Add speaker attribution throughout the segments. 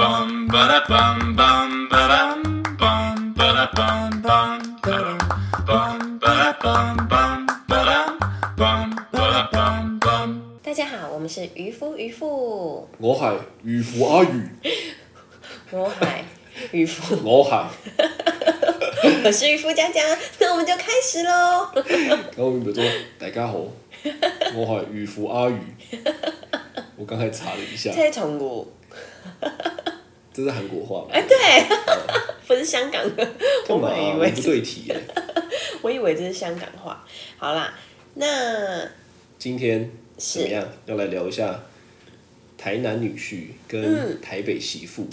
Speaker 1: bum ba da bum bum ba dum bum ba da bum bum ba dum bum ba da bum bum ba dum bum ba da bum bum.
Speaker 2: 大家好，我们是渔夫渔妇，
Speaker 3: 我係漁夫阿魚，
Speaker 2: 我海渔夫，
Speaker 3: 我係
Speaker 2: 我是渔夫佳佳，那我们就开始喽。
Speaker 3: 我咪做大家好，我係漁夫阿魚。我剛才查了一下，
Speaker 2: 这是从我，
Speaker 3: 這是韓國話嗎？
Speaker 2: 哎，对，不是香港的，我
Speaker 3: 幹
Speaker 2: 本来
Speaker 3: 嘛、啊？
Speaker 2: 以
Speaker 3: 我
Speaker 2: 为
Speaker 3: 不
Speaker 2: 是，
Speaker 3: 對題耶、
Speaker 2: 我以为这是香港话。好啦，那
Speaker 3: 今天
Speaker 2: 是
Speaker 3: 怎麼樣？要來聊一下台南女婿
Speaker 2: 嗯
Speaker 3: 跟台北媳婦。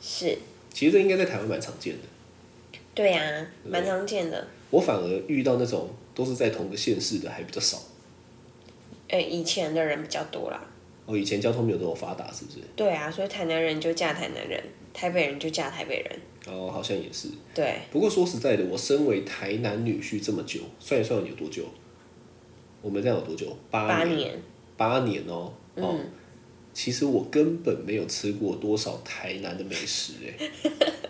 Speaker 2: 是
Speaker 3: 其實這應該在台灣蠻常見的。
Speaker 2: 对呀、啊，蛮常见的。
Speaker 3: 我反而遇到那種都是在同個县市的還比較少。
Speaker 2: 哎，以前的人比较多啦，
Speaker 3: 哦，以前交通沒有那麼發達，是不是？
Speaker 2: 对啊，所以台南人就嫁台南人，台北人就嫁台北人，
Speaker 3: 哦，好像也是。
Speaker 2: 对，
Speaker 3: 不过说实在的，我身为台南女婿这么久，算一算有多久？我们这样有多久？
Speaker 2: 八
Speaker 3: 八年，
Speaker 2: 年，嗯
Speaker 3: 八年哦。哦，其实我根本没有吃过多少台南的美食哎。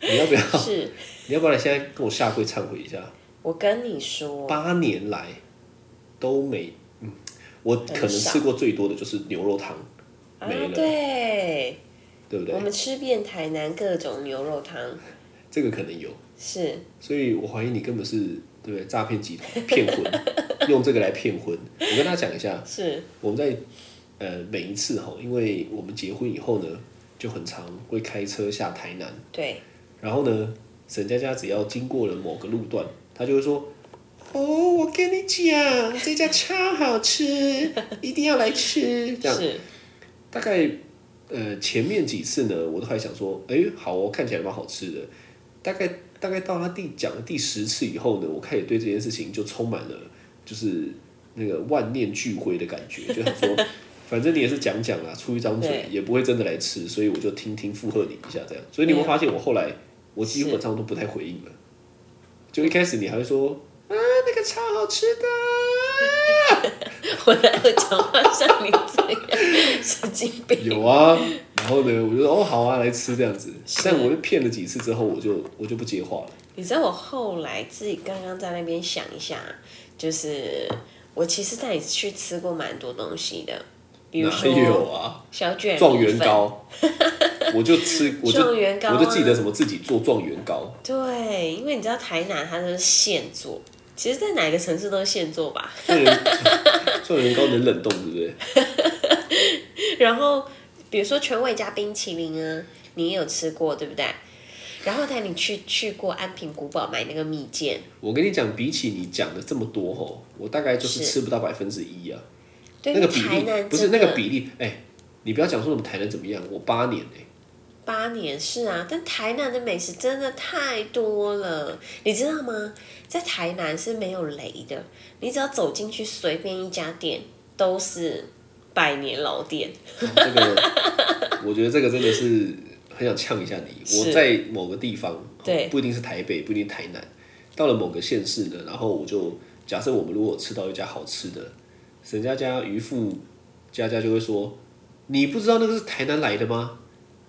Speaker 3: 你要不要？
Speaker 2: 是
Speaker 3: 你要不要来现在跟我下跪忏悔一下？
Speaker 2: 我跟你说，
Speaker 3: 八年来都没，嗯，我可能吃过最多的就是牛肉汤，
Speaker 2: 啊
Speaker 3: 没，了
Speaker 2: 对，
Speaker 3: 对不对
Speaker 2: 我？们吃遍台南各种牛肉汤，
Speaker 3: 这个可能有，
Speaker 2: 是
Speaker 3: 所以我怀疑你根本是对不对诈骗集团骗婚，用这个来骗婚。我跟大家讲一下，
Speaker 2: 是，
Speaker 3: 我们在呃每一次哈，因为我们结婚以后呢，就很常会开车下台南，
Speaker 2: 对，
Speaker 3: 然后呢，沈佳佳只要经过了某个路段，她就会说：“哦，我跟你讲，这家超好吃，一定要来吃。”这样
Speaker 2: 是
Speaker 3: 大概呃前面几次呢，我都还想说：“哎，好哦，看起来蛮好吃的。”大概大概到她第讲了第十次以后呢，我开始对这件事情就充满了就是那个万念俱灰的感觉，就想说。反正你也是讲讲啦，出一张嘴
Speaker 2: 对
Speaker 3: 也不会真的来吃，所以我就听听附和你一下这样。所以你会发现我后来我基本上都不太回应了。就一开始你还会说啊那个超好吃的，
Speaker 2: 我哪有讲话像你这样神经病？
Speaker 3: 有啊，然后呢我就说哦好啊来吃这样子
Speaker 2: 是，
Speaker 3: 但我被骗了几次之后我就我就不接话了。
Speaker 2: 你知道我后来自己刚刚在那边想一下，就是我其实带你去吃过蛮多东西的，比如
Speaker 3: 哪有
Speaker 2: 说
Speaker 3: 啊？
Speaker 2: 小卷
Speaker 3: 状元
Speaker 2: 米粉，
Speaker 3: 糕， 我就吃我就
Speaker 2: 状元糕啊
Speaker 3: 我就记得什么自己做状元糕，
Speaker 2: 对，因为你知道台南它都是现做，其实在哪个城市都是现做吧。
Speaker 3: 状元 状元糕能冷冻对不对？
Speaker 2: 然后比如说全味加冰淇淋啊，你也有吃过对不对？然后带你去去过安平古堡买那个蜜饯，
Speaker 3: 我跟你讲，比起你讲的这么多吼，我大概就
Speaker 2: 是
Speaker 3: 是吃不到百分之一啊。
Speaker 2: 对
Speaker 3: 那个比
Speaker 2: 台
Speaker 3: 例
Speaker 2: 南
Speaker 3: 不是那
Speaker 2: 真的
Speaker 3: 个比例，哎、你不要讲说我们台南怎么样，我八年哎、
Speaker 2: 八年是啊，但台南的美食真的太多了，你知道吗？在台南是没有雷的，你只要走进去随便一家店都是百年老店，
Speaker 3: 嗯这个我觉得这个真的是很想呛一下你。
Speaker 2: 是
Speaker 3: 我在某个地方，
Speaker 2: 对
Speaker 3: 不一定是台北，不一定台南，到了某个县市呢，然后我就假设我们如果吃到一家好吃的，沈佳佳、渔父佳佳就会说：“你不知道那个是台南来的吗？”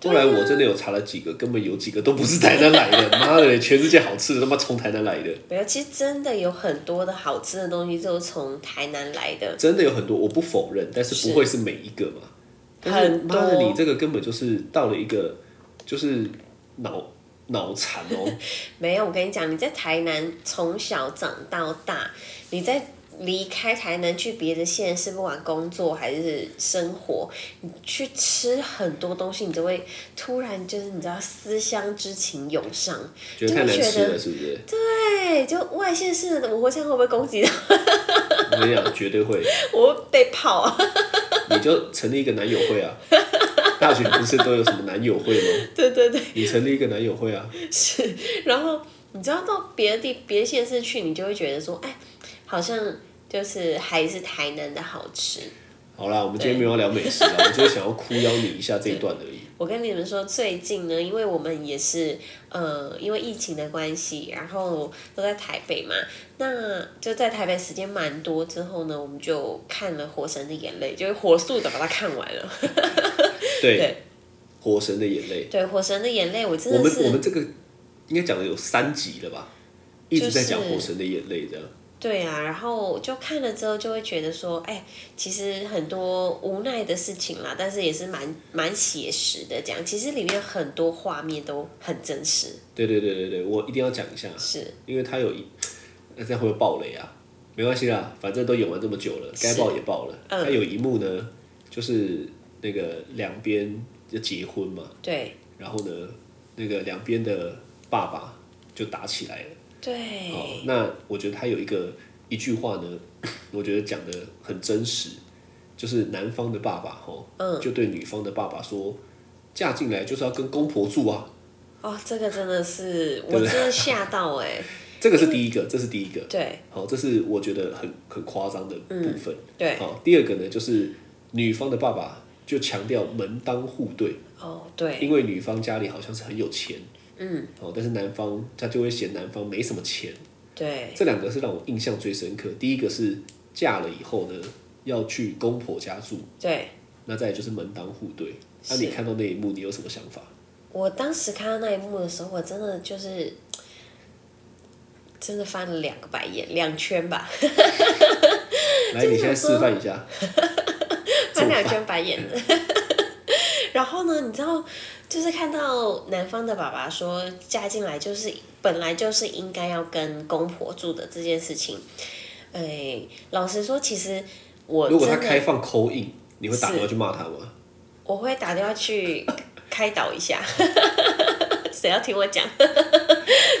Speaker 3: 后来
Speaker 2: 啊
Speaker 3: 我真的有查了几个，根本有几个都不是台南来的，妈的，全世界好吃的他妈从台南来的。
Speaker 2: 没有，其实真的有很多的好吃的东西都是从台南来的，
Speaker 3: 真的有很多，我不否认，但是不会是每一个嘛。但是
Speaker 2: 很多
Speaker 3: 妈的，你这个根本就是到了一个就是脑脑残哦，
Speaker 2: 没有，我跟你讲，你在台南从小长到大，你在离开台南去别的县市，不管工作还是生活，你去吃很多东西，你就会突然就是你知道思乡之情涌上，
Speaker 3: 觉得太难吃了，是不是？
Speaker 2: 对，就外县市的，我这样会不会攻击到
Speaker 3: 我跟你讲，绝对会，
Speaker 2: 我会被泡啊？
Speaker 3: 你就成立一个男友会啊。大学不是都有什么男友会吗？
Speaker 2: 对对对，
Speaker 3: 你成立一个男友会啊，
Speaker 2: 是，然后你知道到别的地、别的县市去，你就会觉得说，哎，好像就是还是台南的好吃。
Speaker 3: 好啦，我们今天没有要聊美食啊，我只是想要哭邀你一下这一段而已。
Speaker 2: 我跟你们说，最近呢，因为我们也是呃，因为疫情的关系，然后都在台北嘛，那就在台北时间蛮多之后呢，我们就看了《火神的眼泪》，就是火速的把它看完了。
Speaker 3: 对，
Speaker 2: 对
Speaker 3: 火神的眼泪》，
Speaker 2: 对《火神的眼泪》，我真
Speaker 3: 我
Speaker 2: 的
Speaker 3: 们我
Speaker 2: 是
Speaker 3: 们这个应该讲了有三集了吧，一直在讲
Speaker 2: 就是
Speaker 3: 火神的眼泪这样。
Speaker 2: 对啊，然后就看了之后就会觉得说，哎、其实很多无奈的事情啦，但是也是蛮蛮写实的讲。其实里面很多画面都很真实，
Speaker 3: 对对对对对，我一定要讲一下，
Speaker 2: 是
Speaker 3: 因为它有一，呃那这样会不会爆雷啊？没关系啦，反正都演完这么久了，该爆也爆了。它有一幕呢，就是那个两边就结婚嘛，
Speaker 2: 对
Speaker 3: 然后呢，那个两边的爸爸就打起来了。
Speaker 2: 对、
Speaker 3: 哦，那我觉得他有一个一句话呢， 我觉得讲的很真实，就是男方的爸爸吼，就对女方的爸爸说，嫁进来就是要跟公婆住啊，
Speaker 2: 哦，这个真的是
Speaker 3: 对
Speaker 2: 我真
Speaker 3: 不对
Speaker 2: 的吓到哎、
Speaker 3: 这个是第一个，这是第一个，
Speaker 2: 对
Speaker 3: 好、这是我觉得很很夸张的部分。
Speaker 2: 嗯对
Speaker 3: 好、第二个呢，就是女方的爸爸就强调门当户对，
Speaker 2: 哦对
Speaker 3: 因为女方家里好像是很有钱，嗯，哦，但是男方他就会嫌男方没什么钱，
Speaker 2: 对
Speaker 3: 这两个是让我印象最深刻。第一个是嫁了以后呢，要去公婆家住，
Speaker 2: 对，
Speaker 3: 那再来就是门当户对。那、
Speaker 2: 是
Speaker 3: 你看到那一幕，你有什么想 法？
Speaker 2: 我当时看到那一幕的时候，我真的就是真的翻了两个白眼，两圈吧，
Speaker 3: 来，你现在示范一下。
Speaker 2: 翻 两圈白眼的。然后呢，你知道，就是看到男方的爸爸说嫁进来就是本来就是应该要跟公婆住的这件事情，哎，老实说，其实我
Speaker 3: 如果他
Speaker 2: 真
Speaker 3: 开
Speaker 2: 的
Speaker 3: 放扣印，你会打
Speaker 2: 是
Speaker 3: 电话去骂他吗？
Speaker 2: 我会打电话去开导一下， 谁要听我讲？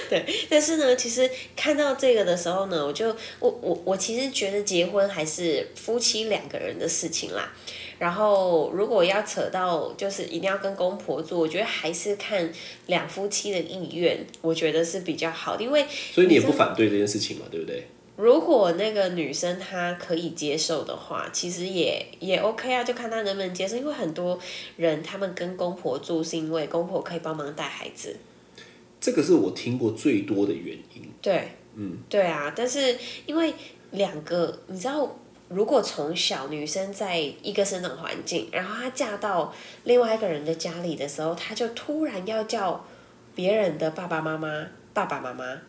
Speaker 2: 对，但是呢，其实看到这个的时候呢，我就我我我其实觉得结婚还是夫妻两个人的事情啦。然后如果要扯到就是一定要跟公婆住，我觉得还是看两夫妻的意愿，我觉得是比较好的，因为
Speaker 3: 所以你也
Speaker 2: 你
Speaker 3: 不
Speaker 2: 知道
Speaker 3: 反对这件事情嘛，对不对？
Speaker 2: 如果那个女生她可以接受的话，其实也也 OK 啊，就看她能不能接受。因为很多人他们跟公婆住是因为公婆可以帮忙带孩子，
Speaker 3: 这个是我听过最多的原因。
Speaker 2: 对，嗯，对啊。但是因为两个，你知道，如果从小女生在一个生长环境，然后她嫁到另外一个人的家里的时候，她就突然要叫别人的爸爸妈妈爸爸妈妈，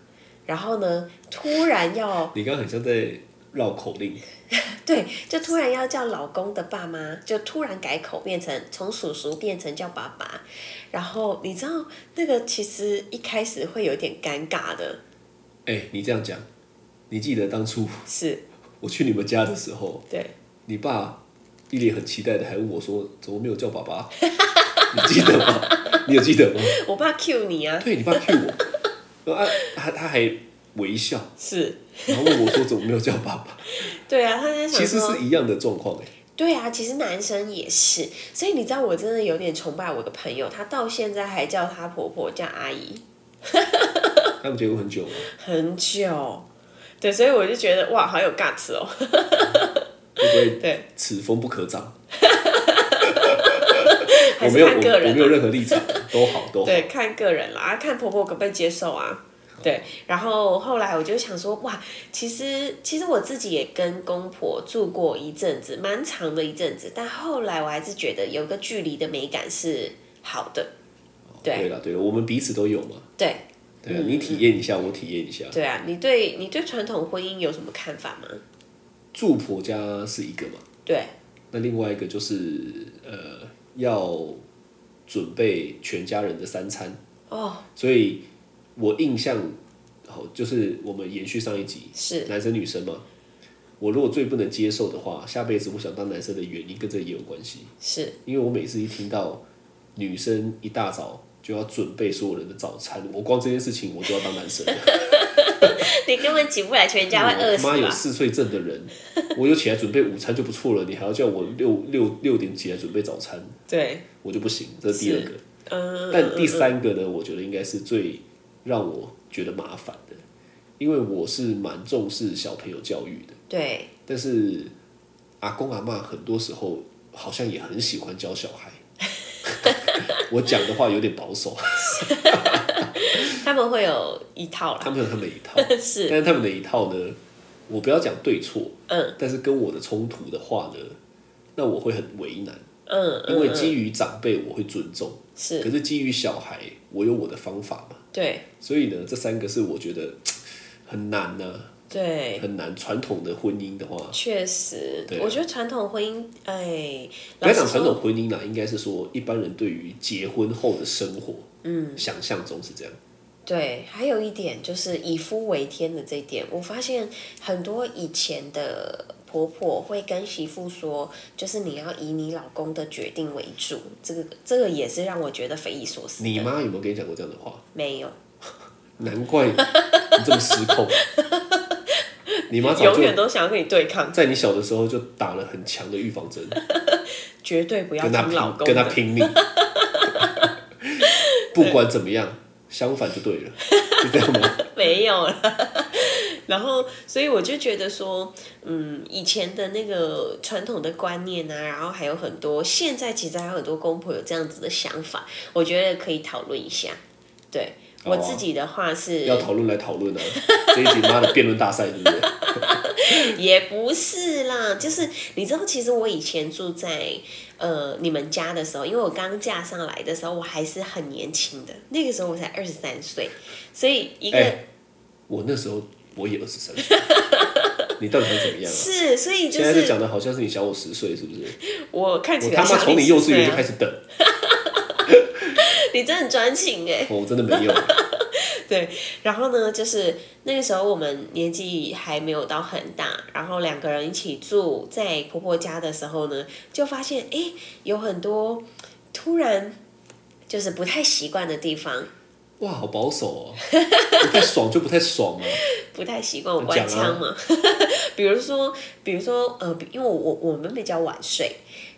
Speaker 2: 然后呢，突然要。
Speaker 3: 你刚刚很像在绕口令，
Speaker 2: 对，就突然要叫老公的爸妈，就突然改口变成从叔叔变成叫爸爸，然后你知道那个其实一开始会有点尴尬的，
Speaker 3: 哎、你这样讲，你记得当初
Speaker 2: 是
Speaker 3: 我去你们家的时候，
Speaker 2: 对，
Speaker 3: 你爸一脸很期待的还问我说：“怎么没有叫爸爸？” 你记得吗？你有记得吗？
Speaker 2: 我爸 cue 你啊，
Speaker 3: 对你爸 Q 我，然后啊，他他还微笑，
Speaker 2: 是，
Speaker 3: 然后问我说：“怎么没有叫爸爸
Speaker 2: 对啊，他 在？”想
Speaker 3: 其实
Speaker 2: 说
Speaker 3: 是一样的状况哎。
Speaker 2: 对啊，其实男生也是，所以你知道我真的有点崇拜我的朋友，他到现在还叫他婆婆叫阿姨，
Speaker 3: 他们结婚很久了，
Speaker 2: 很久，对，所以我就觉得哇，好有 guts 哦，
Speaker 3: 会不会
Speaker 2: 对，
Speaker 3: 此风不 可长？
Speaker 2: 还
Speaker 3: 我
Speaker 2: 是
Speaker 3: 没有，我
Speaker 2: 看个
Speaker 3: 我
Speaker 2: 人、啊、
Speaker 3: 没有任何立场，都好都好。
Speaker 2: 对，看个人啦，啊看婆婆可不可以接受啊。对，然后后来我就想说，哇，其实其实我自己也跟公婆住过一阵子，蛮长的一阵子，但后来我还是觉得有个距离的美感是好的。对
Speaker 3: 对了对了，我们彼此都有嘛。
Speaker 2: 对
Speaker 3: 对啊，你体验一下，我体验一下。
Speaker 2: 对啊，你对你对传统婚姻有什么看法吗？
Speaker 3: 住婆家是一个嘛，
Speaker 2: 对
Speaker 3: 那另外一个就是呃，要准备全家人的三餐。
Speaker 2: 哦，
Speaker 3: 所以我印象好就是我们延续上一集
Speaker 2: 是
Speaker 3: 男生女生嘛。我如果最不能接受的话，下辈子我想当男生的原因跟这也有关系，
Speaker 2: 是，
Speaker 3: 因为我每次一听到女生一大早就要准备所有人的早餐，我光这件事情我就要当男生了。
Speaker 2: 你根本起不来，全家会饿
Speaker 3: 嗯我
Speaker 2: 死
Speaker 3: 妈有
Speaker 2: 吧？
Speaker 3: 嗜睡症的 人，我就起来准备午餐就不错了，你还要叫我六六六点起来准备早餐，
Speaker 2: 对，
Speaker 3: 我就不行。这是第二个，
Speaker 2: 嗯，
Speaker 3: 但第三个呢，我觉得应该是最让我觉得麻烦的，因为我是蛮重视小朋友教育的，
Speaker 2: 对
Speaker 3: 但是阿公阿妈很多时候好像也很喜欢教小 孩。我讲的话有点保守，
Speaker 2: 他们会有一套
Speaker 3: 他
Speaker 2: 啦，
Speaker 3: 们有他们的一套，
Speaker 2: 是
Speaker 3: 但是他们的一套呢，我不要讲对错，
Speaker 2: 嗯，
Speaker 3: 但是跟我的冲突的话呢，那我会很为难。
Speaker 2: 嗯，嗯
Speaker 3: 因为基于长辈我会尊重，可
Speaker 2: 是
Speaker 3: 是基于小孩我有我的方法嘛。
Speaker 2: 对
Speaker 3: 所以呢，这三个是我觉得嗯很难呢、
Speaker 2: 对，
Speaker 3: 很难。传统的婚姻的话，
Speaker 2: 确实
Speaker 3: 对，啊
Speaker 2: 我觉得传统婚姻，哎，
Speaker 3: 不
Speaker 2: 老
Speaker 3: 要
Speaker 2: 实
Speaker 3: 讲传
Speaker 2: 说，
Speaker 3: 统婚姻啦，应该是说一般人对于结婚后的生活，嗯，想象中是这样。
Speaker 2: 对，还有一点就是以夫为天的这一点，我发现很多以前的婆婆会跟媳妇说，就是你要以你老公的决定为主，这个这个也是让我觉得匪夷所思的。
Speaker 3: 你妈有没有跟你讲过这样的话？
Speaker 2: 没有，
Speaker 3: 难怪你这么 失控。你妈早
Speaker 2: 永
Speaker 3: 就
Speaker 2: 远都想要跟你对抗，
Speaker 3: 在你小的时候就打了很强的 预防针，
Speaker 2: 绝对不要
Speaker 3: 跟她
Speaker 2: 听
Speaker 3: 拼
Speaker 2: 老，公
Speaker 3: 跟她
Speaker 2: 的。
Speaker 3: 拼 命。不管怎么样，相反就对了，是这样吗？
Speaker 2: 没有了。 然后，所以我就觉得说，嗯，以前的那个传统的观念啊，然后还有很多，现在其实还有很多公婆有这样子的想法，我觉得可以讨论一下。对、
Speaker 3: 好啊
Speaker 2: 我自己的话是，
Speaker 3: 要讨论来讨论啊，这一集妈的辩论大赛，对 不对？
Speaker 2: 也不是啦，就是你知道，其实我以前住在呃你们家的时候，因为我刚嫁上来的时候，我还是很年轻的，那个时候我才二十三岁，所以一个、
Speaker 3: 哎、我那时候我也二十三 岁，你到底想怎么样啊？
Speaker 2: 是，所以就
Speaker 3: 现在是
Speaker 2: 是
Speaker 3: 讲的好像是你小我十岁，是不是？
Speaker 2: 我看
Speaker 3: 我
Speaker 2: 起来
Speaker 3: 他妈
Speaker 2: 像
Speaker 3: 从你幼稚
Speaker 2: 14岁
Speaker 3: 园
Speaker 2: 啊
Speaker 3: 就开始等，
Speaker 2: 你真的很专情哎。
Speaker 3: 我哦真的没有。
Speaker 2: 对，然后呢，就是那个时候我们年纪还没有到很大，然后两个人一起住在婆婆家的时候呢，就发现哎，有很多突然就是不太习惯的地方，
Speaker 3: 哇，好保守哦，不太爽就不太爽嘛。
Speaker 2: 不太习惯我关
Speaker 3: 讲啊
Speaker 2: 枪嘛。 比如说，比如说，呃，因为我我我们比较晚睡，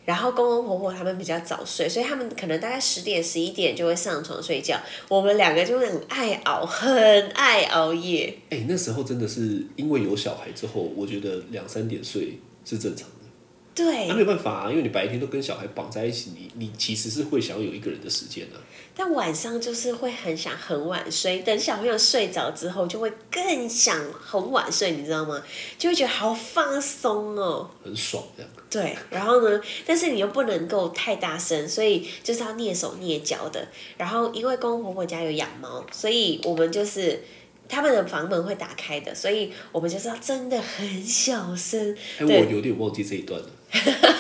Speaker 2: 然后公公婆婆他们比较早睡，所以他们可能大概十点十一点就会上床睡觉。我们两个就会很爱熬，很爱熬夜。
Speaker 3: 哎、那时候真的是因为有小孩之后，我觉得两三点睡是正常的。
Speaker 2: 对哎
Speaker 3: 那、，没有办法啊，因为你白天都跟小孩绑在一起，你你其实是会想要有一个人的时间啊。
Speaker 2: 但晚上就是会很想很晚睡，等小朋友睡着之后，就会更想很晚睡，你知道吗？就会觉得好放松哦。
Speaker 3: 很爽这样，
Speaker 2: 对，然后呢？但是你又不能够太大声，所以就是要蹑手蹑脚的。然后因为公公婆婆家有养猫，所以我们就是他们的房门会打开的，所以我们就是要真的很小声。
Speaker 3: 哎、
Speaker 2: 对
Speaker 3: 我有点忘记这一段了。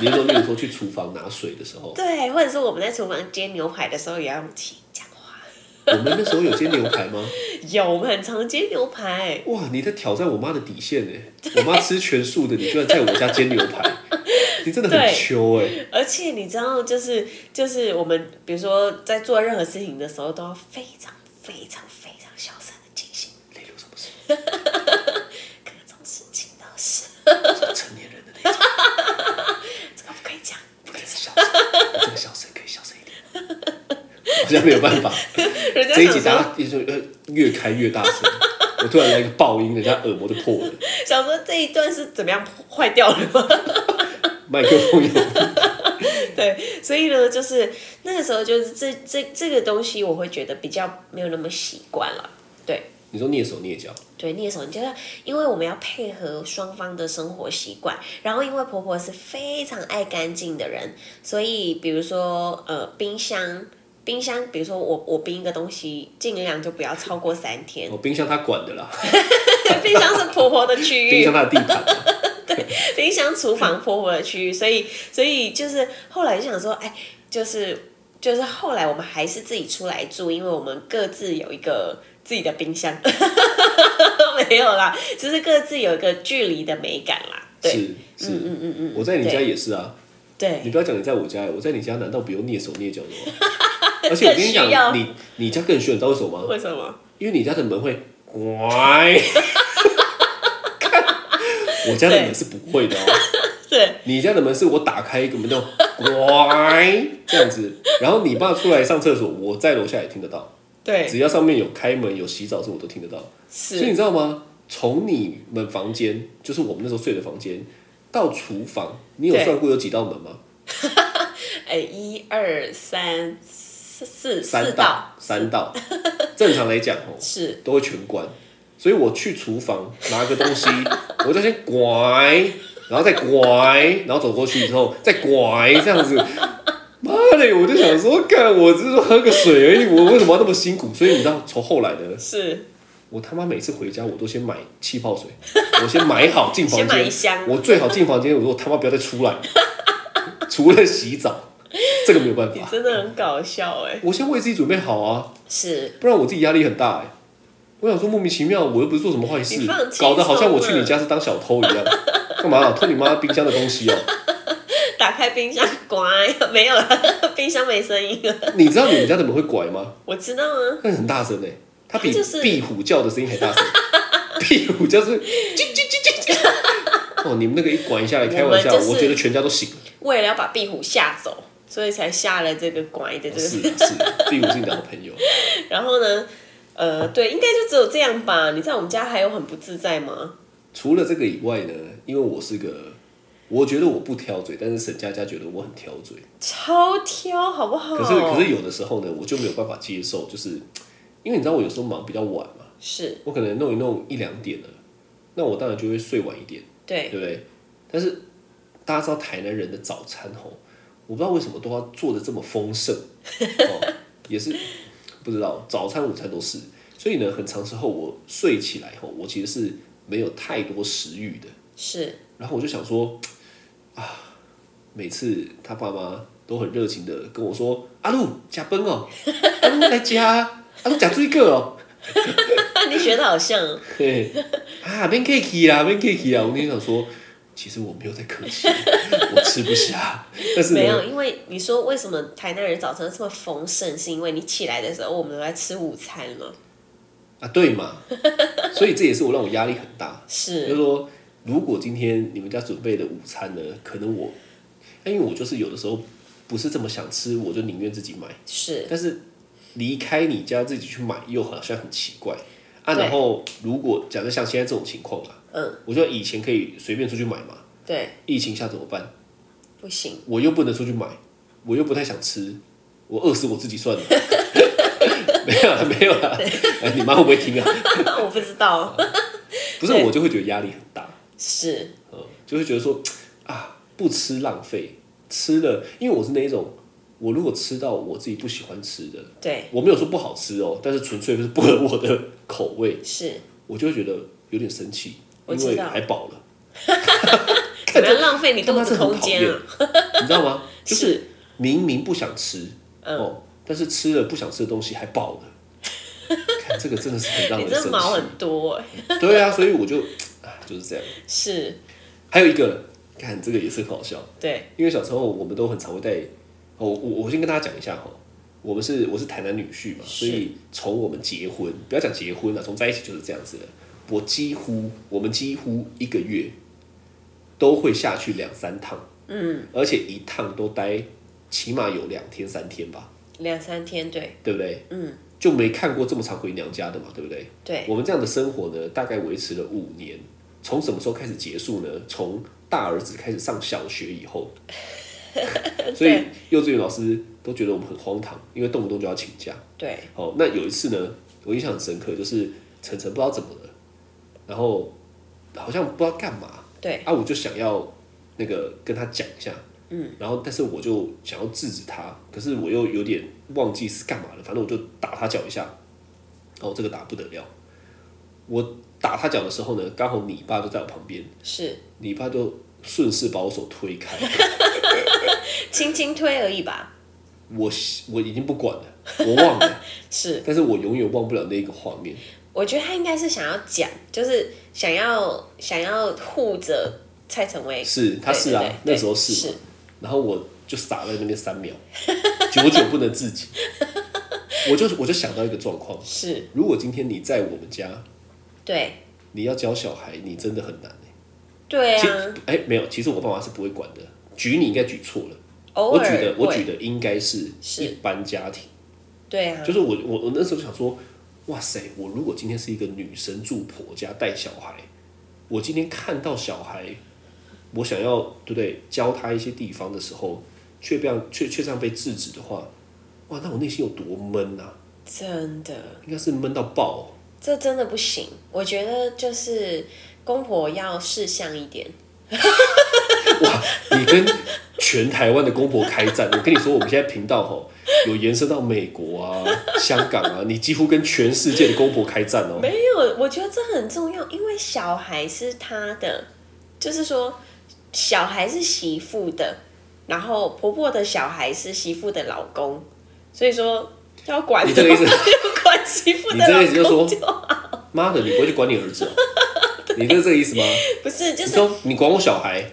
Speaker 3: 你是说，例如说去厨房拿水的时候，
Speaker 2: 对，或者是我们在厨房煎牛排的时候也要用气讲话。
Speaker 3: 我们那时候有煎牛排吗？
Speaker 2: 有，我们很常煎牛排。
Speaker 3: 哇，你在挑战我妈的底线哎！我妈吃全素的，你居然在我家煎牛排，你真的很
Speaker 2: 对
Speaker 3: 秋哎、
Speaker 2: 而且你知道，就是就是我们比如说在做任何事情的时候，都要非常非常非常小声的进行
Speaker 3: 例如什么事？
Speaker 2: 各种事情都是，
Speaker 3: 成年人的那种，
Speaker 2: 这个不可以讲。
Speaker 3: 不可以小声，这个小声可以小声一点。好像没有办法，
Speaker 2: 人家
Speaker 3: 这一集
Speaker 2: 想
Speaker 3: 大
Speaker 2: 说，
Speaker 3: 家也就呃越开越大声，我突然来一个爆音，人家耳膜就破了，
Speaker 2: 想说这一段是怎么样坏掉了吗？
Speaker 3: 麦克风 有
Speaker 2: 对，所以呢，就是那个时候，就是这这这个东西，我会觉得比较没有那么习惯了。对，
Speaker 3: 你说蹑手蹑脚，
Speaker 2: 对，蹑手蹑脚，因为我们要配合双方的生活习惯，然后因为婆婆是非常爱干净的人，所以比如说呃冰箱。冰箱，比如说我我冰一个东西，尽量就不要超过三天。
Speaker 3: 哦，冰箱她管的啦，
Speaker 2: 冰箱是婆婆的区域，
Speaker 3: 冰箱她的地盘啊，
Speaker 2: 冰箱、厨房、婆婆的区域，所以所以就是后来就想说，哎，就是就是后来我们还是自己出来住，因为我们各自有一个自己的冰箱， 没有啦，只是各自有一个距离的美感啦。对
Speaker 3: 是是，嗯嗯嗯，我在你家也是啊，你
Speaker 2: 对，
Speaker 3: 不要讲你在我家，我在你家难道不用蹑手蹑脚的 吗？而且我跟你
Speaker 2: 更需要
Speaker 3: 讲，你你家更需要，你知道为什 么吗？
Speaker 2: 为什么？
Speaker 3: 因为你家的门会 乖，看我家的门是不会的哦。
Speaker 2: 对，
Speaker 3: 你家的门是我打开一个门就乖这样子，然后你爸出来上厕所，我在楼下也听得到，只
Speaker 2: 对，
Speaker 3: 要上面有开门有洗澡声，我都听得到。所以你
Speaker 2: 是，
Speaker 3: 知道吗？从你们房间，就是我们那时候睡的房间，到厨房，你有
Speaker 2: 对
Speaker 3: 算过有几道门吗？
Speaker 2: 哎，一二三四四四
Speaker 3: 三道，三道。正常来讲哦，
Speaker 2: 是
Speaker 3: 都会全关。所以我去厨房拿个东西，我就先拐，然后再拐，然后走过去之后再拐，这样子。妈的！我就想说，干，我只是说喝个水而已，我为什么要那么辛苦？所以你知道，从后来的
Speaker 2: 是
Speaker 3: 我他妈每次回家，我都先买气泡水，我先买好进房
Speaker 2: 先买一
Speaker 3: 间，
Speaker 2: 箱
Speaker 3: 我最好进房间，我说我他妈不要再出来，除了洗澡，这个没有办
Speaker 2: 你
Speaker 3: 法，
Speaker 2: 真的很搞笑哎、
Speaker 3: 我先为自己准备好啊，
Speaker 2: 是
Speaker 3: 不然我自己压力很大哎、我想说莫名其妙，我又不是做什么坏
Speaker 2: 你
Speaker 3: 事
Speaker 2: 放轻，松
Speaker 3: 搞得好像我去你家是当小偷一样，干嘛、啊、偷你妈冰箱的东西哦、
Speaker 2: 打开冰箱，乖， 没有了，冰箱没声音了。
Speaker 3: 你知道你们家怎么会拐吗？
Speaker 2: 我知道啊，
Speaker 3: 那很大声哎、它比
Speaker 2: 它就是
Speaker 3: 壁虎叫的声音 还大声，壁虎叫是啾啾啾啾啾。哦，你们那个一管一下来，开玩笑，
Speaker 2: 我们就是
Speaker 3: 我觉得全家都醒了。
Speaker 2: 为了要把壁虎吓走，所以才下了这个乖的这个。
Speaker 3: 是啊是啊，壁虎是你的好朋友。
Speaker 2: 然后呢，呃，对，应该就只有这样吧。你在我们家还有很不自在吗？
Speaker 3: 除了这个以外呢，因为我是个，我觉得我不挑嘴，但是沈佳佳觉得我很挑嘴。
Speaker 2: 超挑，好不好？
Speaker 3: 可是可是有的时候呢，我就没有办法接受，就是因为你知道我有时候忙比较晚嘛，
Speaker 2: 是
Speaker 3: 我可能弄一弄一两点了，那我当然就会睡晚一点。
Speaker 2: 对，
Speaker 3: 对不对？但是大家知道台南人的早餐吼，我不知道为什么都要做的这么丰盛，哦，也是不知道早餐、午餐都是。所以呢，很长时候我睡起来吼，我其实是没有太多食欲的。
Speaker 2: 是
Speaker 3: 然后我就想说，啊，每次他爸妈都很热情的跟我说：“阿露加崩 哦，阿露来加，阿露加追个哦。”
Speaker 2: 啊，你学的好像哦
Speaker 3: 对啊，免客气啦，免客气啦。我跟你讲说，其实我没有在 客气，我吃不下。但是啊
Speaker 2: 没有，
Speaker 3: 呢，
Speaker 2: 因为你说为什么台南人早餐这么丰盛，是因为你起来的时候我们都在吃午餐了，
Speaker 3: 啊，对嘛，所以这也是我让我压力很大。就是
Speaker 2: 是
Speaker 3: 说，如果今天你们家准备的午餐呢，可能我，因为我就是有的时候不是这么想吃，我就宁愿自己买。
Speaker 2: 是
Speaker 3: 但是离开你家自己去买，又好像很奇怪啊。
Speaker 2: 对
Speaker 3: 然后，如果假设像现在这种情况啊，
Speaker 2: 嗯，
Speaker 3: 我觉得以前可以随便出去买嘛，
Speaker 2: 对，
Speaker 3: 疫情下怎么办？
Speaker 2: 不行，
Speaker 3: 我又不能出去买，我又不太想吃，我饿死我自己算了。 没有啦，没有啦，哎你妈会不会听啊？
Speaker 2: 我不知道，
Speaker 3: 不是，
Speaker 2: 对
Speaker 3: 我就会觉得压力很大，
Speaker 2: 是
Speaker 3: 嗯，就会觉得说啊，不吃浪费，吃了，因为我是那一种，我如果吃到我自己不喜欢吃的，
Speaker 2: 对，
Speaker 3: 我没有说不好吃哦，但是纯粹就是不合我的口味，
Speaker 2: 是，
Speaker 3: 我就会觉得有点生气，
Speaker 2: 我
Speaker 3: 因
Speaker 2: 知道
Speaker 3: 为还饱了，
Speaker 2: 怎么样浪费你
Speaker 3: 哎他
Speaker 2: 肚
Speaker 3: 妈
Speaker 2: 子
Speaker 3: 是很
Speaker 2: 空
Speaker 3: 讨
Speaker 2: 间
Speaker 3: 厌
Speaker 2: 啊？，
Speaker 3: 你知道吗？就是
Speaker 2: 是嗯
Speaker 3: 明明不想吃，哦，但是吃了不想吃的东西还饱了， 看这个真的是很让
Speaker 2: 你
Speaker 3: 人
Speaker 2: 这
Speaker 3: 生
Speaker 2: 毛
Speaker 3: 气。
Speaker 2: 很多哎、
Speaker 3: 对啊，所以我就啊就是这样。
Speaker 2: 是，
Speaker 3: 还有一个，看这个也是很好笑，
Speaker 2: 对，
Speaker 3: 因为小时候我们都很常会带，哦，我我先跟大家讲一下哈。我们是我是台南女婿嘛，
Speaker 2: 是
Speaker 3: 所以从我们结婚，不要讲结婚了，从在一起就是这样子的。我几乎我们几乎一个月都会下去两三趟，嗯，而且一趟都待起码有两天三天吧，
Speaker 2: 两三天，对，
Speaker 3: 对不对？嗯，就没看过这么常回娘家的嘛，对不对？
Speaker 2: 对，
Speaker 3: 我们这样的生活呢，大概维持了五年。从什么时候开始结束呢？从大儿子开始上小学以后，所以
Speaker 2: 对
Speaker 3: 幼稚园老师都觉得我们很荒唐，因为动不动就要请假。
Speaker 2: 对，
Speaker 3: 好，那有一次呢，我印象很深刻，就是晨晨不知道怎么了，然后好像不知道干嘛，
Speaker 2: 对，
Speaker 3: 啊，我就想要那个跟他讲一下，嗯，然后但是我就想要制止他，可是我又有点忘记是干嘛了，反正我就打他脚一下，哦，这个打不得了，我打他脚的时候呢，刚好你爸就在我旁边，
Speaker 2: 是，
Speaker 3: 你爸就顺势把我手推开，
Speaker 2: 轻轻推而已吧，
Speaker 3: 我我已经不管了，我忘了，
Speaker 2: 是，
Speaker 3: 但是我永远忘不了那个画面，
Speaker 2: 我觉得他应该是想要讲，就是想要想要护着蔡成威，
Speaker 3: 是他
Speaker 2: 对
Speaker 3: 是啊
Speaker 2: 对对，
Speaker 3: 那时候
Speaker 2: 对
Speaker 3: 是嘛
Speaker 2: 是，
Speaker 3: 然后我就傻在那边三秒，久久不能自己，我就我就想到一个状况。
Speaker 2: 是，
Speaker 3: 如果今天你在我们家，
Speaker 2: 对，
Speaker 3: 你要教小孩，你真的很难欸、
Speaker 2: 对
Speaker 3: 其
Speaker 2: 啊，
Speaker 3: 哎、没有，其实我爸妈是不会管的。举你应该举错了，
Speaker 2: 偶
Speaker 3: 我
Speaker 2: 尔
Speaker 3: 举的我
Speaker 2: 会
Speaker 3: 举的应该是
Speaker 2: 是
Speaker 3: 一般家庭，
Speaker 2: 对啊，
Speaker 3: 就是我我我那时候想说，哇塞，我如果今天是一个女生住婆家带小孩，我今天看到小孩，我想要对不对教他一些地方的时候，却这样却却这样被制止的话，哇，那我内心有多闷啊？
Speaker 2: 真的，
Speaker 3: 应该是闷到爆哦、
Speaker 2: 这真的不行。我觉得就是公婆要事项一点，
Speaker 3: 哇，你跟全台湾的公婆开战，我跟你说，我们现在频道吼有延伸到美国啊、香港啊，你几乎跟全世界的公婆开战哦。
Speaker 2: 没有，我觉得这很重要，因为小孩是他的，就是说小孩是媳妇的，然后婆婆的小孩是媳妇的老公，所以说要管
Speaker 3: 你这个意思
Speaker 2: 要 管媳妇
Speaker 3: 你
Speaker 2: 的
Speaker 3: 这个意思
Speaker 2: 老公
Speaker 3: 就是
Speaker 2: 就好，
Speaker 3: 妈的，你不会去管你儿子哦？你是这个意思吗？
Speaker 2: 不是 就
Speaker 3: 你
Speaker 2: 是
Speaker 3: 说你管我小孩，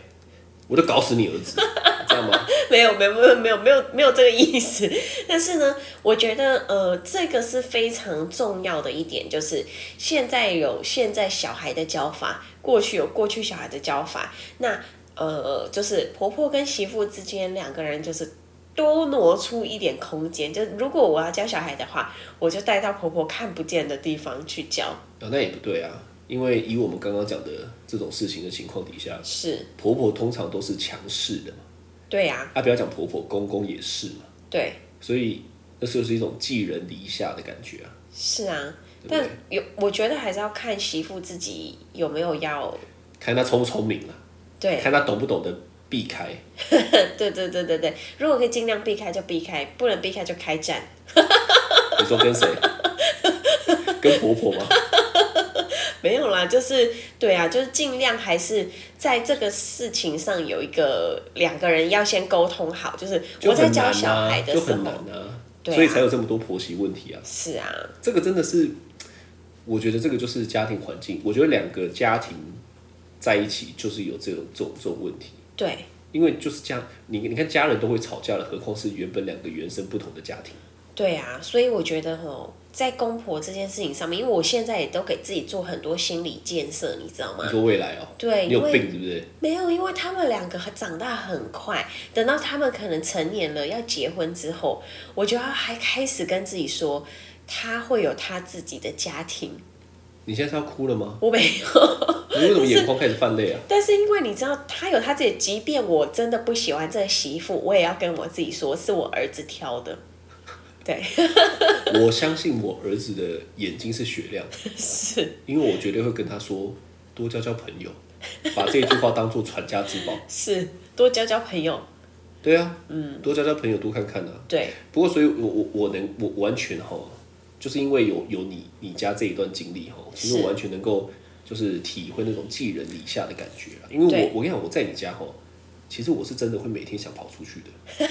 Speaker 3: 我就搞死你儿子，这样吗？
Speaker 2: 没有没有没有没有没有没有这个意思，但是呢，我觉得呃这个是非常重要的一点，就是现在有现在小孩的教法，过去有过去小孩的教法，那呃就是婆婆跟媳妇之间两个人就是。多挪出一点空间，就如果我要教小孩的话，我就带到婆婆看不见的地方去教。
Speaker 3: 啊，那也不对啊，因为以我们刚刚讲的这种事情的情况底下，
Speaker 2: 是，
Speaker 3: 婆婆通常都是强势的嘛。
Speaker 2: 对呀、啊，
Speaker 3: 啊，不要讲婆婆，公公也是嘛。
Speaker 2: 对，
Speaker 3: 所以那时候是一种寄人篱下的感觉啊。
Speaker 2: 是啊。
Speaker 3: 对不
Speaker 2: 但
Speaker 3: 对
Speaker 2: 有，我觉得还是要看媳妇自己有没有要
Speaker 3: 看他聪不聪明了、啊
Speaker 2: 对
Speaker 3: 看他懂不懂得避开。
Speaker 2: 对对对对对，如果可以尽量避开就避开，不能避开就开战。
Speaker 3: 你说跟谁？ 跟婆婆吗？
Speaker 2: 没有啦，就是对啊，就是尽量还是在这个事情上有一个两个人要先沟通好，就是
Speaker 3: 就
Speaker 2: 我在
Speaker 3: 很
Speaker 2: 教
Speaker 3: 难
Speaker 2: 小孩
Speaker 3: 啊，
Speaker 2: 的
Speaker 3: 就
Speaker 2: 时
Speaker 3: 很
Speaker 2: 候
Speaker 3: 难，啊，
Speaker 2: 对啊
Speaker 3: 所以才有这么多婆媳问题啊。
Speaker 2: 是啊，
Speaker 3: 这个真的是，我觉得这个就是家庭环境。我觉得两个家庭在一起就是有这种这种这种问题，
Speaker 2: 对
Speaker 3: 因为就是这样，你你看家人都会吵架了，何况是原本两个原生不同的家庭。
Speaker 2: 对啊，所以我觉得吼，在公婆这件事情上面，因为我现在也都给自己做很多心理建设，你知道吗
Speaker 3: 你？说未来哦、
Speaker 2: 对
Speaker 3: 你有
Speaker 2: 因为
Speaker 3: 病是不是？
Speaker 2: 没有，因为他们两个长大很快，等到他们可能成年了要结婚之后，我就要还开始跟自己说，他会有他自己的家庭。
Speaker 3: 你现在是要哭了吗？
Speaker 2: 我没有，
Speaker 3: 你为什么眼眶开始泛泪啊？
Speaker 2: 但是因为你知道，他有他自己，即便我真的不喜欢这个媳妇，我也要跟我自己说，是我儿子挑的。对，
Speaker 3: 我相信我儿子的眼睛是雪亮的，
Speaker 2: 是
Speaker 3: 因为我绝对会跟他说，多交交朋友， 把这句话当做传家之宝。
Speaker 2: 是，多交交朋友。
Speaker 3: 对啊，嗯，多交交朋友，多看看啊。
Speaker 2: 对，
Speaker 3: 不过，所以我我我能我完全哈，就是因为有有你你家这一段经历哈，其实
Speaker 2: 是
Speaker 3: 我完全能够就是体会那种寄人篱下的感觉啊。因为
Speaker 2: 对
Speaker 3: 我我跟你讲，我在你家哈，其实我是真的会每天想跑出去的。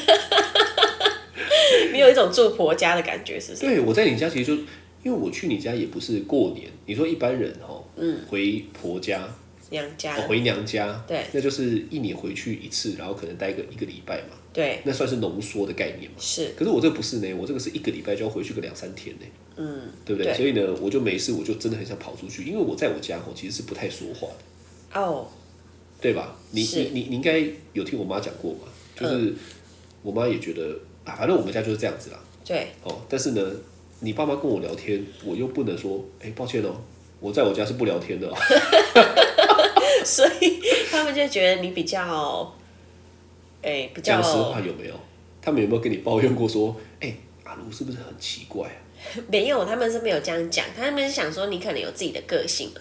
Speaker 2: 你有一种住婆家的感觉，是不是？
Speaker 3: 对，我在你家其实就因为我去你家也不是过年，你说一般人哈，嗯，回婆家
Speaker 2: 娘家
Speaker 3: 哦，回娘家，
Speaker 2: 对
Speaker 3: 那就是一年回去一次，然后可能待个一个礼拜嘛，
Speaker 2: 对，
Speaker 3: 那算是浓缩的概念嘛。
Speaker 2: 是
Speaker 3: 可是我这个不是呢，我这个是一个礼拜就要回去个两三天呢，嗯，对不对？
Speaker 2: 对
Speaker 3: 所以呢，我就没事，我就真的很想跑出去，因为我在我家吼其实是不太说话的，
Speaker 2: 哦，
Speaker 3: 对吧？你
Speaker 2: 是
Speaker 3: 你你你应该有听我妈讲过嘛，就是我妈也觉得啊，反正我们家就是这样子啦，
Speaker 2: 对，
Speaker 3: 哦，但是呢，你爸妈跟我聊天，我又不能说，哎、抱歉哦，我在我家是不聊天的、哦，
Speaker 2: 所以他们就觉得你比较，哎、比较
Speaker 3: 讲实话有没有？他们有没有跟你抱怨过说，哎、阿卢是不是很奇怪啊？
Speaker 2: 没有，他们是没有这样讲，他们是想说你可能有自己的个性啊。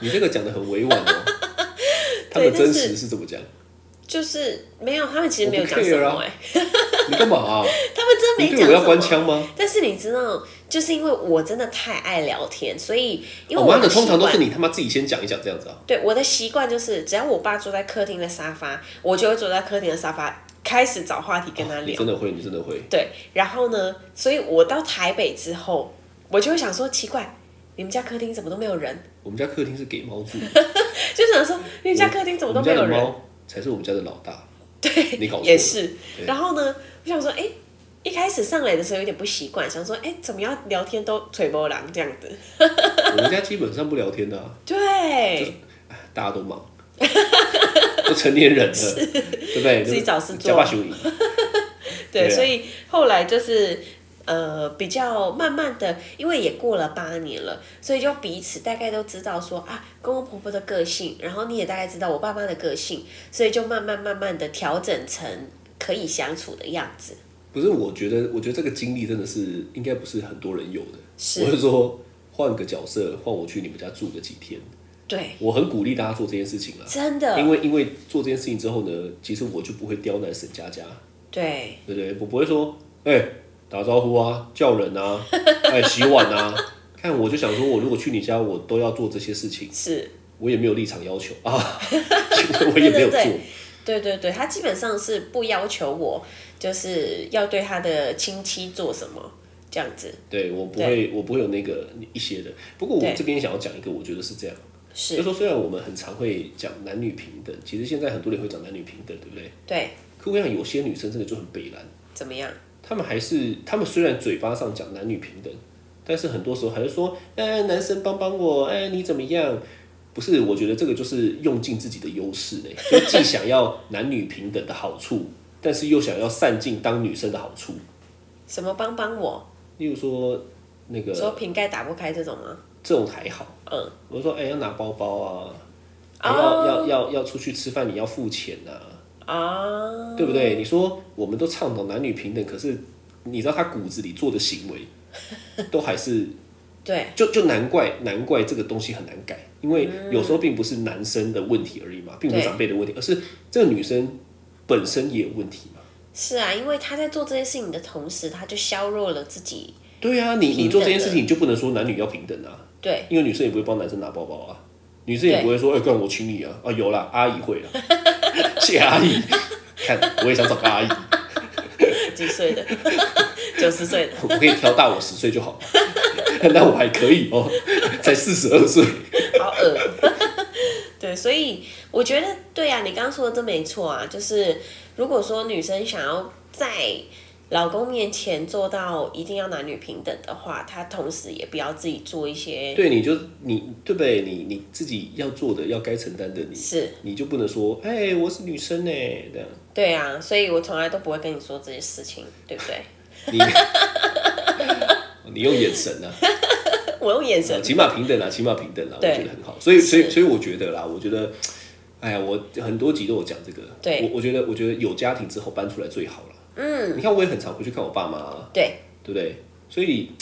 Speaker 3: 你这个讲的很委 婉哦。他们
Speaker 2: 对但
Speaker 3: 真
Speaker 2: 是
Speaker 3: 实是怎么讲？
Speaker 2: 就是没有，他们其实没有
Speaker 3: 我不
Speaker 2: 讲什
Speaker 3: care 啊
Speaker 2: 么哎、
Speaker 3: 你干嘛、 啊？
Speaker 2: 他们真
Speaker 3: 你
Speaker 2: 没
Speaker 3: 对
Speaker 2: 讲
Speaker 3: 我
Speaker 2: 什
Speaker 3: 要关
Speaker 2: 么。
Speaker 3: 枪吗？
Speaker 2: 但是你知道，就是因为我真的太爱聊天，所以因为
Speaker 3: 哦我妈
Speaker 2: 的
Speaker 3: 的通常都
Speaker 2: 习
Speaker 3: 是
Speaker 2: 惯
Speaker 3: 你他妈自己先讲一讲这样子啊。
Speaker 2: 对我的习惯就是，只要我爸坐在客厅的沙发，我就会坐在客厅的沙发开始找话题跟他
Speaker 3: 哦你
Speaker 2: 聊。
Speaker 3: 真的会，你真的会。
Speaker 2: 对，然后呢，所以我到台北之后，我就会想说，奇怪，你们家客厅怎么都没有人？
Speaker 3: 我们家客厅是给猫住的，
Speaker 2: 就想说， 你们家客厅怎么
Speaker 3: 我
Speaker 2: 都
Speaker 3: 们
Speaker 2: 没
Speaker 3: 家
Speaker 2: 有
Speaker 3: 的
Speaker 2: 人？
Speaker 3: 猫才是我们家的老大。
Speaker 2: 对，
Speaker 3: 你搞错
Speaker 2: 也
Speaker 3: 了
Speaker 2: 是。
Speaker 3: 对
Speaker 2: 然后呢，我想说，哎、一开始上来的时候有点不习惯，想说，哎、怎么要聊天都吹波浪这样子？
Speaker 3: 我们家基本上不聊天的、啊，
Speaker 2: 对，
Speaker 3: 哎大家都 忙，都成年人了，对不对？
Speaker 2: 自己找事做
Speaker 3: 加把休息
Speaker 2: 对，
Speaker 3: 对啊
Speaker 2: 所以后来就是。呃，比较慢慢的，因为也过了八年了，所以就彼此大概都知道说啊，公公婆婆的个性，然后你也大概知道我爸妈的个性，所以就慢慢慢慢的调整成可以相处的样子。
Speaker 3: 不是，我觉得，我觉得这个经历真的是应该不是很多人有的。
Speaker 2: 是
Speaker 3: 我是说，换个角色，换我去你们家住个几天，
Speaker 2: 对，
Speaker 3: 我很鼓励大家做这件事情啦，
Speaker 2: 真的，
Speaker 3: 因为因为做这件事情之后呢，其实我就不会刁难沈佳 佳，
Speaker 2: 对
Speaker 3: 对不对？我不会说，哎、打招呼啊，叫人啊， 哎、洗碗啊。 看，我就想说，我如果去你家，我都要做这些事情，
Speaker 2: 是，
Speaker 3: 我也没有立场要求 啊，我也没有做。
Speaker 2: 对对对对对，他基本上是不要求我就是要对他的亲戚做什么这样子，
Speaker 3: 对我不会，我不会有那个一些的。不过我
Speaker 2: 对
Speaker 3: 这边想要讲一个，我觉得是这样，就是是说虽然我们很常会讲男女平等，其实现在很多人会讲男女平等，对不对？
Speaker 2: 对，
Speaker 3: 可我想有些女生真的就很北蓝，
Speaker 2: 怎么样？
Speaker 3: 她们还是她们虽然嘴巴上讲男女平等，但是很多时候还是说，哎、男生帮帮我，哎、你怎么样？不是，我觉得这个就是用尽自己的优势嘞，就既想要男女平等的好处，但是又想要散尽当女生的好处。
Speaker 2: 什么帮帮我？
Speaker 3: 例如说，那个
Speaker 2: 说瓶盖打不开这种吗？
Speaker 3: 这种还好。
Speaker 2: 嗯，
Speaker 3: 我就说，哎、要拿包包啊，哎
Speaker 2: 哦
Speaker 3: 要要要要出去吃饭，你要付钱呐、啊，
Speaker 2: 啊，
Speaker 3: 对不对？你说我们都倡导男女平等，可是你知道他骨子里做的行为， 都还是
Speaker 2: 对，
Speaker 3: 就就难怪难怪这个东西很难改，因为有时候并不是男生的问题而已嘛，并不
Speaker 2: 嗯
Speaker 3: 是
Speaker 2: 对
Speaker 3: 长辈的问题，而是这个女生本身也有问题嘛。
Speaker 2: 是啊，因为他在做这件事情的同时，他就削弱了自己，
Speaker 3: 对啊，你你做这件事
Speaker 2: 平等
Speaker 3: 情，你就不能说男女要平等啊。
Speaker 2: 对，
Speaker 3: 因为女生也不会帮男生拿包包啊，女生也不会说，哎，干、我请你啊，啊有啦，阿姨会啊， 谢谢阿姨， 看我也想找个阿姨，
Speaker 2: 几岁的， 九十岁的，
Speaker 3: 我可以挑大我十岁就好 了，那我还可以哦，才四十二岁，
Speaker 2: 好恶。 对，所以我觉得对啊，你刚刚说的真没错啊，就是如果说女生想要在老公面前做到一定要男女平等的话，她同时也不要自己做一些
Speaker 3: 对，你就你对不对？你你自己要做的，要该承担的，你
Speaker 2: 是，
Speaker 3: 你就不能说，哎、我是女生呢，这样，
Speaker 2: 对啊，所以我从来都不会跟你说这些事情，对不对？
Speaker 3: 你你用眼神啊。
Speaker 2: 我用眼神
Speaker 3: 起码平等啦，起码平等啦，啊我
Speaker 2: 对
Speaker 3: 觉得很好。所以，所以，
Speaker 2: 是
Speaker 3: 所以我觉得啦，我觉得，哎呀，我很多集都有讲这个。
Speaker 2: 对
Speaker 3: 我我觉得，我觉得有家庭之后搬出来最好了。嗯，你看，我也很常回去看我爸妈啊，
Speaker 2: 对，
Speaker 3: 对不对？所以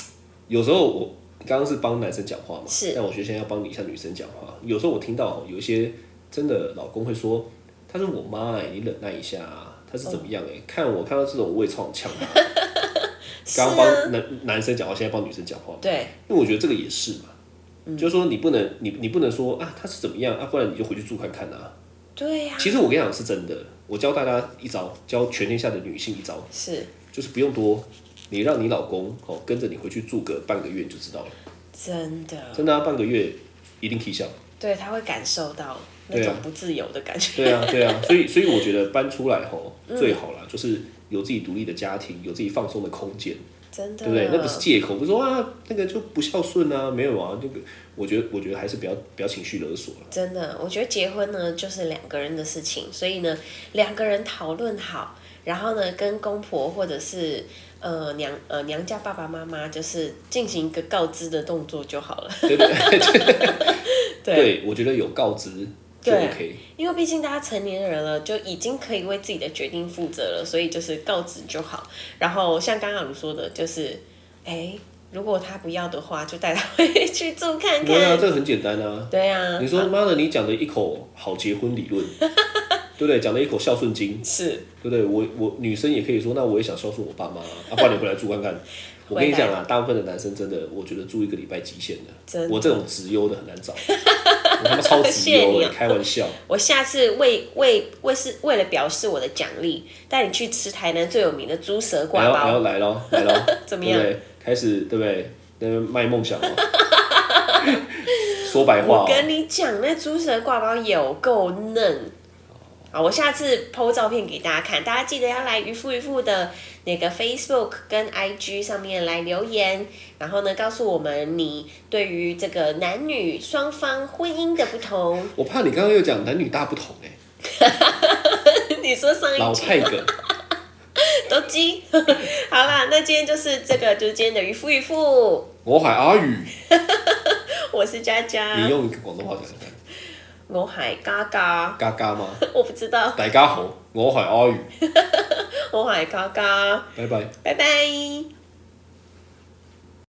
Speaker 3: 有时候我刚刚是帮男生讲话嘛，
Speaker 2: 是
Speaker 3: 但我觉得现在要帮一下女生讲话。有时候我听到哦有一些真的老公会说，她是我妈哎、你忍耐一下、啊。她是怎么
Speaker 2: 哦
Speaker 3: 样哎、看我看到这种我也超想呛她。
Speaker 2: 是
Speaker 3: 刚刚
Speaker 2: 啊，
Speaker 3: 帮男男生讲话，现在帮女生讲话，
Speaker 2: 对
Speaker 3: 因为我觉得这个也是嘛，就是说你不能你你不能说啊他是怎么样啊，不然你就回去住看看啊。
Speaker 2: 对呀、
Speaker 3: 其实我跟你讲是真的，我教大家一招，教全天下的女性一招，
Speaker 2: 是
Speaker 3: 就是不用多，你让你老公哦跟着你回去住个半个月你就知道了，
Speaker 2: 真的，
Speaker 3: 真的、啊、半个月一定踢笑。
Speaker 2: 对他会感受到那
Speaker 3: 对啊
Speaker 2: 种不自由的感觉。
Speaker 3: 对啊，对啊，所以所以我觉得搬出来吼最好啦，就是有自己独立的家庭，有自己放松的空间。
Speaker 2: 真的，
Speaker 3: 对不对？那不是借口，不是说啊那个就不孝顺啊，没有啊，这个我觉得我觉得还是不要不要情绪勒索了。
Speaker 2: 真的，我觉得结婚呢就是两个人的事情，所以呢，两个人讨论好，然后呢，跟公婆或者是呃娘呃娘家爸爸妈妈，就是进行一个告知的动作就好了。
Speaker 3: 对不对？
Speaker 2: 对
Speaker 3: 对，我觉得有告知就
Speaker 2: 对
Speaker 3: OK。
Speaker 2: 因为毕竟大家成年人了，就已经可以为自己的决定负责了，所以就是告知就好。然后像刚刚你说的，就是，哎，如果他不要的话，就带他回去住看
Speaker 3: 对啊，
Speaker 2: 看。
Speaker 3: 这个很简单啊。
Speaker 2: 对啊，
Speaker 3: 你说妈的，你讲的一口好结婚理 论，对不对？讲的一口孝顺经，
Speaker 2: 是
Speaker 3: 对不对？我我女生也可以说，那我也想孝顺我爸妈啊，啊不然你回来住看看。 我跟你讲啊，大部分的男生真的，我觉得住一个礼拜极限
Speaker 2: 真
Speaker 3: 的。
Speaker 2: 的
Speaker 3: 我这种直优的很难 找，我他妈超直
Speaker 2: 谢
Speaker 3: 优
Speaker 2: 谢你
Speaker 3: 的，
Speaker 2: 啊
Speaker 3: 开玩笑。
Speaker 2: 我下次为为为是为了表示我的奖励，带你去吃台南最有名的猪舌
Speaker 3: 然
Speaker 2: 挂
Speaker 3: 后然后
Speaker 2: 包。
Speaker 3: 来喽，来喽，
Speaker 2: 怎么样
Speaker 3: 对不对？开始对不对？在那边卖 梦想哦。说白话
Speaker 2: 我
Speaker 3: 哦，
Speaker 2: 跟你讲，那猪舌挂包有够嫩。好，我下次 PO 照片给大家看，大家记得要来渔夫渔夫的那个 Facebook 跟 IG 上面来留言，然后呢，告诉我们你对于这个男女双方婚姻的不同。
Speaker 3: 我怕你刚刚又讲男女大不同哎、
Speaker 2: 你说上一
Speaker 3: 老
Speaker 2: 集
Speaker 3: 派梗，
Speaker 2: 都鸡， 好啦，那今天就是这个，就是今天的渔夫渔夫，
Speaker 3: 我海阿宇，
Speaker 2: 我是佳佳，
Speaker 3: 你用一个广东话讲讲看，
Speaker 2: 我海嘎嘎，
Speaker 3: 嘎嘎吗？
Speaker 2: 我不知道，
Speaker 3: 大家好，我海阿宇，
Speaker 2: 我海嘎嘎，
Speaker 3: 拜拜。
Speaker 2: 拜拜。